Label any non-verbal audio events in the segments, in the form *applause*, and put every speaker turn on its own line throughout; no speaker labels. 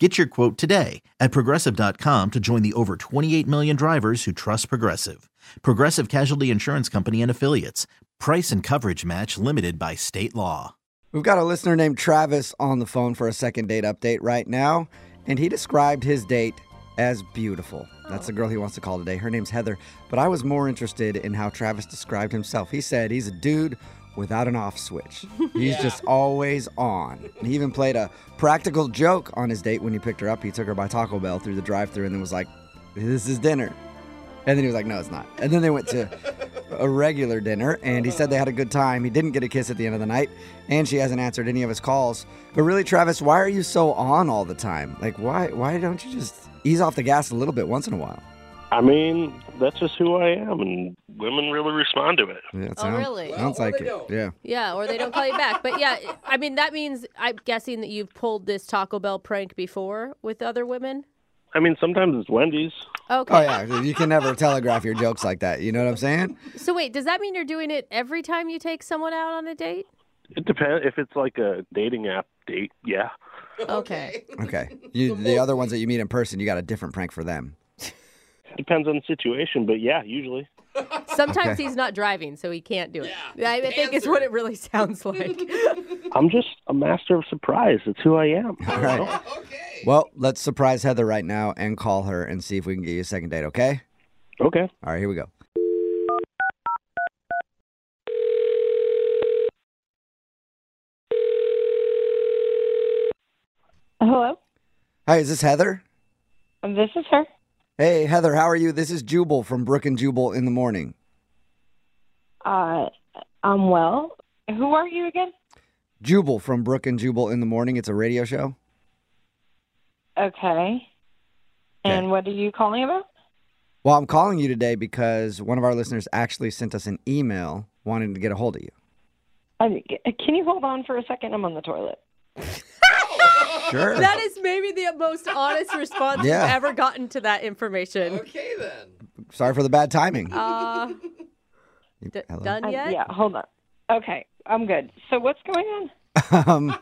Get your quote today at progressive.com to join the over 28 million drivers who trust Progressive. Progressive Casualty Insurance Company and Affiliates. Price and coverage match limited by state law.
We've got a listener named Travis on the phone for a second date update right now, and he described his date as beautiful. That's the girl he wants to call today. Her name's Heather, but I was more interested in how Travis described himself. He said he's a dude without an off switch. He's just always on. And he even played a practical joke on his date when he picked her up. He took her by Taco Bell through the drive-through and then was like, "This is dinner." And then he was like, no, it's not. And then they went to a regular dinner, and he said they had a good time. He didn't get a kiss at the end of the night, and she hasn't answered any of his calls. But really, Travis, why are you so on all the time? Like, why why don't you just ease off the gas a little bit once in a while?
I mean, that's just who I am, and women really respond to it.
Yeah, it
Oh, really?
Sounds like it. Yeah.
Yeah, or they don't call you back. But yeah, I mean, that means I'm guessing that you've pulled this Taco Bell prank before with other women.
I mean, sometimes it's Wendy's.
Okay.
Oh yeah, you can never telegraph your jokes like that. You know what I'm saying?
So wait, does that mean you're doing it every time you take someone out on a date?
It depends if it's like a dating app date. Yeah,
Okay.
Okay. You, the other ones that you meet in person, you got a different prank for them.
depends on the situation, but yeah, usually.
Sometimes
Okay.
he's not driving, so he can't do it. I, I think it's what it really sounds like.
I'm just a master of surprise. It's who I am.
All right. Okay. Well, let's surprise Heather right now and call her and see if we can get you a second date. Okay.
Okay.
All right. Here we go.
Hello,
Hi, is this Heather?
this is her.
Hey, Heather, how are you? This is Jubal from Brook and Jubal in the morning.
Uh, I'm well. Who are you again?
Jubal from Brook and Jubal in the morning. It's a radio show.
Okay. And what are you calling about?
Well, I'm calling you today because one of our listeners actually sent us an email wanting to get a hold of you.
I, Uh, can you hold on for a second? I'm on the toilet.
*laughs*
Sure.
that is maybe the most honest response we
Yeah.
you've ever gotten to that information.
Sorry for the bad timing.
Uh, d-
Hello?
done
I-
yet?
Uh, yeah, hold on. Okay, I'm good. So what's going on?
*laughs* um,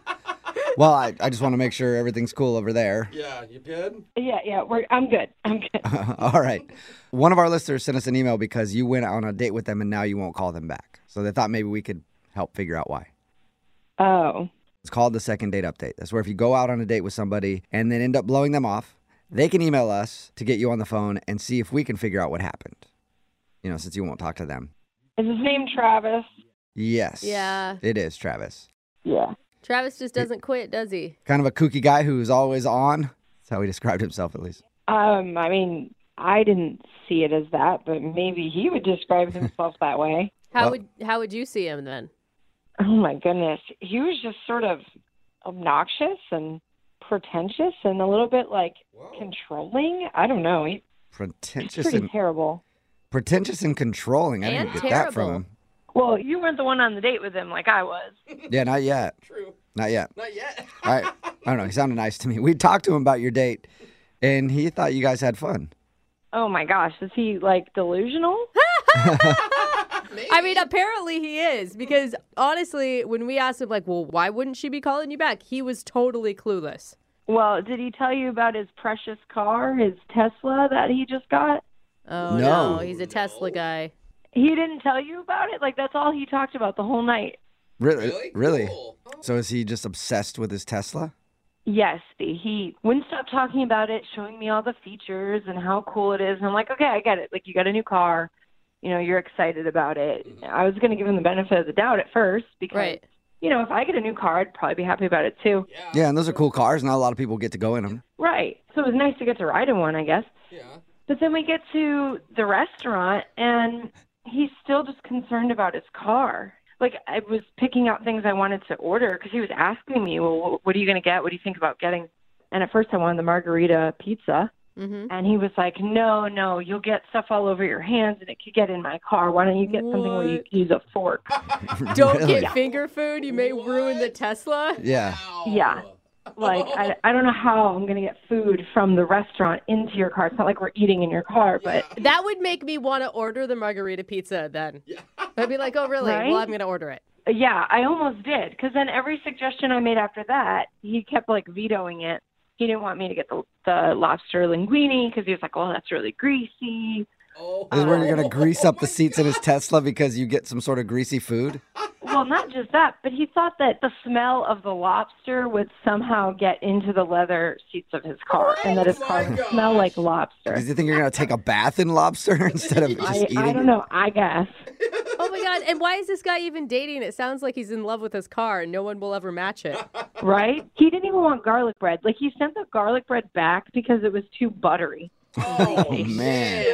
well, I, I just want to make sure everything's cool over there. *laughs*
Yeah, you good?
Yeah, yeah, we're, I'm good. I'm good.
All right. One of our listeners sent us an email because you went on a date with them and now you won't call them back. So they thought maybe we could help figure out why.
Oh,
It's called the second date update. That's where if you go out on a date with somebody and then end up blowing them off, they can email us to get you on the phone and see if we can figure out what happened. You know, since you won't talk to them.
is his name Travis?
Yes.
Yeah.
It is Travis.
Yeah.
Travis just doesn't quit, does he?
Kind of a kooky guy who's always on. That's how he described himself, at least.
Um, I mean, I didn't see it as that, but maybe he would describe himself that way.
How
Well-
would how would you see him then?
Oh my goodness. He was just sort of obnoxious and pretentious and a little bit like controlling. I don't know. He's
Pretentious
pretty
and
terrible.
pretentious and controlling. I didn't
And
get that from him.
Well, you weren't the one on the date with him like I was.
Yeah, not yet.
True.
Not yet.
Not yet.
*laughs* I I don't know. He sounded nice to me. We talked to him about your date and he thought you guys had fun.
Oh my gosh, is he like delusional?
I mean, apparently he is because honestly, when we asked him, like, well, why wouldn't she be calling you back? He was totally clueless.
well, did he tell you about his precious car, his Tesla that he just got?
Oh
No.
no, he's a Tesla guy.
He didn't tell you about it? Like that's all he talked about the whole night.
Really?
Really? Cool.
So is he just obsessed with his Tesla?
Yes, he wouldn't stop talking about it, showing me all the features and how cool it is. And I'm like, okay, I get it. Like, you got a new car. You know, you're excited about it. I was going to give him the benefit of the doubt at first because,
Right.
you know, if I get a new car, I'd probably be happy about it too.
Yeah.
Yeah, and those are cool cars. Not a lot of people get to go in *laughs*
*laughs*
them.
Right. So it was nice to get to ride in one, I guess.
Yeah.
But then we get to the restaurant, and he's still just concerned about his car. Like I was picking out things I wanted to order because he was asking me, "Well, wh- what are you going to get? What do you think about getting?" And at first, I wanted the margarita pizza,
*laughs*
Mm-hmm.
And he was like, No, no, you'll get stuff all over your hands and it could get in my car. Why don't you get something where you
What?
can use a
*laughs*
fork?
Don't
Really?
get finger food. You may ruin the Tesla.
*laughs* Yeah.
Yeah. Like, I, I don't know how I'm going to get food from the restaurant into your car. It's not like we're eating in your car, but
That would make me want to order the margarita pizza then. I'd be like, oh, really?
Right?
Well, I'm going to order it.
yeah, I almost did. Because then every suggestion I made after that, he kept like vetoing it. He didn't want me to get the, the lobster linguine because he was like, Well, that's really greasy.
*laughs* Oh.
Is where you're gonna grease up the seats in his Tesla because you get some sort of greasy food?
Well, not just that, but he thought that the smell of the lobster would somehow get into the leather seats of his car, and that his
Oh,
car
my
would
gosh.
smell like lobster.
Does he think you're gonna take a bath in lobster *laughs* instead of just
I,
eating?
I don't know. I guess.
Oh, my God. And why is this guy even dating? It sounds like he's in love with his car and no one will ever match it.
Right? He didn't even want garlic bread. Like he sent the garlic bread back because it was too buttery.
*laughs*
Oh,
man.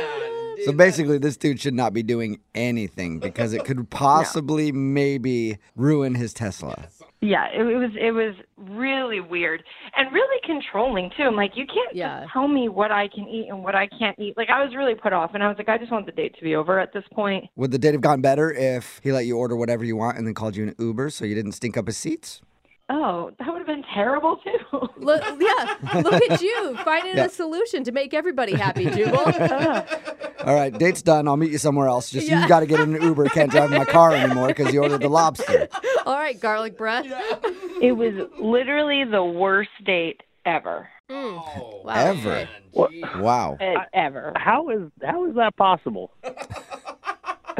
dude,
So
that-
basically, this dude should not be doing anything because it could possibly, maybe, ruin his Tesla.
Yeah, it, it was it was really weird and really controlling too. I'm like, you can't
Yeah.
just tell me what I can eat and what I can't eat. Like I was really put off, and I was like, I just want the date to be over at this point.
Would the date have gone better if he let you order whatever you want and then called you an Uber so you didn't stink up his seats?
Oh, that would have been terrible too. *laughs*
Look, yeah, look at you finding
Yeah.
a solution to make everybody happy, Jubal.
*laughs* All right, date's done. I'll meet you somewhere else. Just you
Yeah.
got to get in an Uber. Can't drive my car anymore because you ordered the lobster.
All right, garlic breath.
It was literally the worst date ever.
Oh,
Wow.
Ever.
What?
Wow.
ever.
How is how is that possible?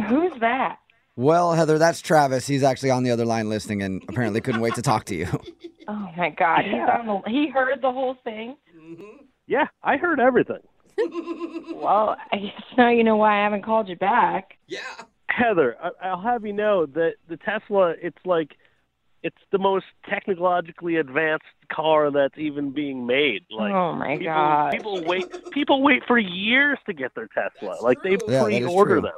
Who's that?
Well, Heather, that's Travis. He's actually on the other line listening and apparently couldn't wait to talk to you. *laughs*
Oh my God! He's on the, he heard the whole thing.
Mm-hmm.
Yeah, I heard everything.
Well, I guess now you know why I haven't called you back.
*laughs* Yeah.
Heather, I, I'll have you know that the Tesla, it's like, it's the most technologically advanced car that's even being made. Like,
oh my
people,
God!
people wait, people wait for years to get their Tesla. like they
Yeah, that is
pre-order
true.
them.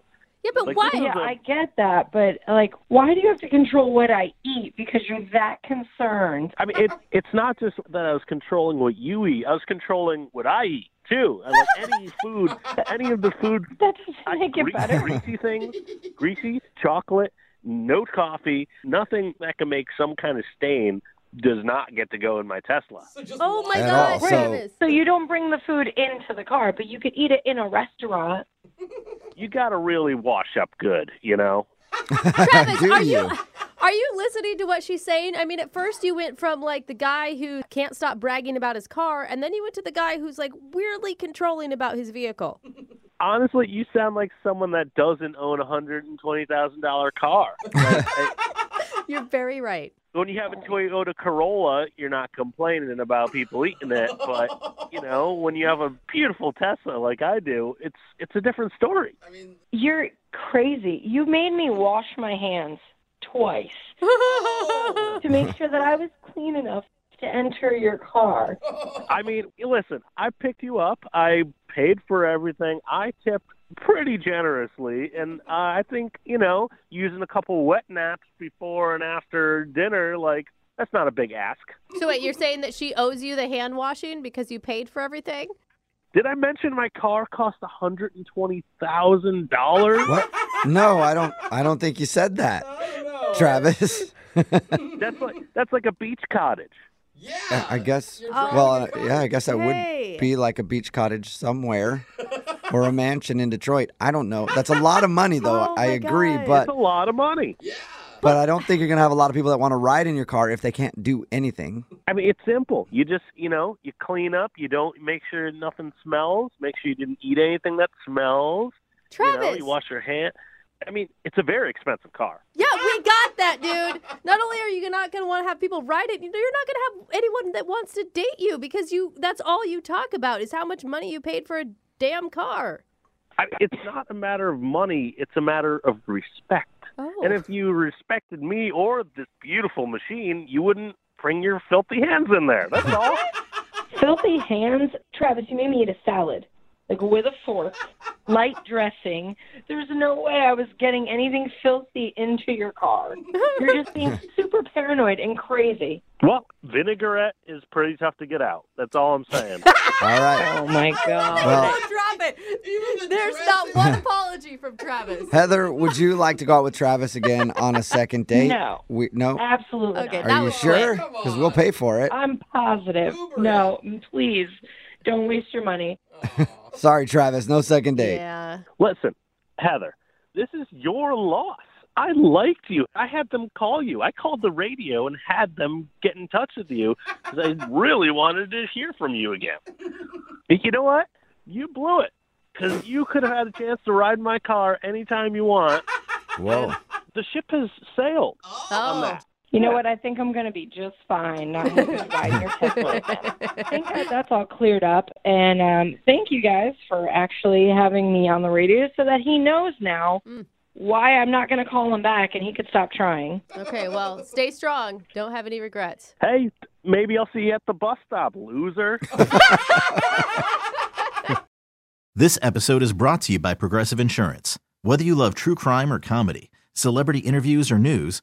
Yeah, but
Like,
why?
this is
yeah,
a-
I get that, but like, why do you have to control what I eat because you're that concerned?
I mean, it, it's not just that I was controlling what you eat; I was controlling what I eat too. And like any
*laughs*
food, any of the food,
That doesn't
I,
make it
greasy,
better.
greasy
*laughs*
things, greasy chocolate, no coffee, nothing that can make some kind of stain does not get to go in my Tesla.
So just
Oh my
At all,
God,
so- *laughs*
Travis.
So you don't bring the food into the car, but you could eat it in a restaurant.
You got to really wash up good, you know.
Travis,
Do
are
you?
you? *laughs* Are you listening to what she's saying? I mean, at first you went from like the guy who can't stop bragging about his car, and then you went to the guy who's like weirdly controlling about his vehicle.
Honestly, you sound like someone that doesn't own a hundred and twenty thousand dollar
*laughs*
car. Like, I-
You're very
*laughs*
right.
when you have a Toyota Corolla, you're not complaining about people eating it, but you know, when you have a beautiful Tesla like I do, it's it's a different story.
I mean, *laughs*
You're crazy. You made me wash my hands twice to make sure that I was clean enough to enter your car.
I mean, listen, I picked you up, I paid for everything, I tipped pretty generously, and uh, I think you know, using a couple wet naps before and after dinner, like that's not a big ask.
So wait, you're saying that she owes you the hand washing because you paid for everything?
Did I mention my car cost a hundred and twenty thousand dollars?
What? No, I don't. I don't think you said that,
I don't know.
Travis.
That's like that's like a beach cottage.
Yeah.
I guess.
You're driving
Well, uh,
a car.
yeah, I guess that
Hey.
would be like a beach cottage somewhere or a mansion in Detroit. I don't know. That's a lot of money, though.
Oh
I
my
agree,
God.
but
It's a lot of money.
Yeah.
but I don't think you're gonna have a lot of people that want to ride in your car if they can't do anything.
I mean, it's simple. You just, you know, you clean up. You don't make sure nothing smells. Make sure you didn't eat anything that smells.
Travis.
You know, you wash your hand. I mean, it's a very expensive car.
Yeah, we got that, dude. Not only are you not going to want to have people ride it, you're not going to have anyone that wants to date you because you that's all you talk about is how much money you paid for a damn car.
I, it's not a matter of money. It's a matter of respect.
Oh.
And *laughs* if you respected me or this beautiful machine, you wouldn't bring your filthy hands in there. That's all.
Filthy hands. Travis, you made me eat a salad. like with a fork, light dressing. There's no way I was getting anything filthy into your car. You're just being super paranoid and crazy.
Well, vinaigrette is pretty tough to get out. That's all I'm saying.
All right.
Oh my
uh,
god.
Well-
Don't drop it. There's not one apology from Travis.
Heather, would you like to go out with Travis again on a second date?
No.
We, no?
Absolutely.
Okay,
not.
Uh, that
Are you
was
sure?
quick. Uh,
Because we'll pay for it.
I'm positive. no, please don't waste your money.
Sorry, Travis. No second date.
Yeah.
Listen, Heather, this is your loss. I liked you. I had them call you. I called the radio and had them get in touch with you 'cause I really wanted to hear from you again. But you know what? You blew it because you could have had a chance to ride my car anytime you want.
Whoa.
The ship has sailed on
Oh.
that.
You know what? I think I'm going to be just fine. Not having to buy your Tesla. again. I think that- that's all cleared up. And um, thank you guys for actually having me on the radio so that he knows now
Mm.
why I'm not going to call him back and he could stop trying.
Okay, well, stay strong. Don't have any regrets.
Hey, maybe I'll see you at the bus stop, loser.
This episode is brought to you by Progressive Insurance. Whether you love true crime or comedy, celebrity interviews or news,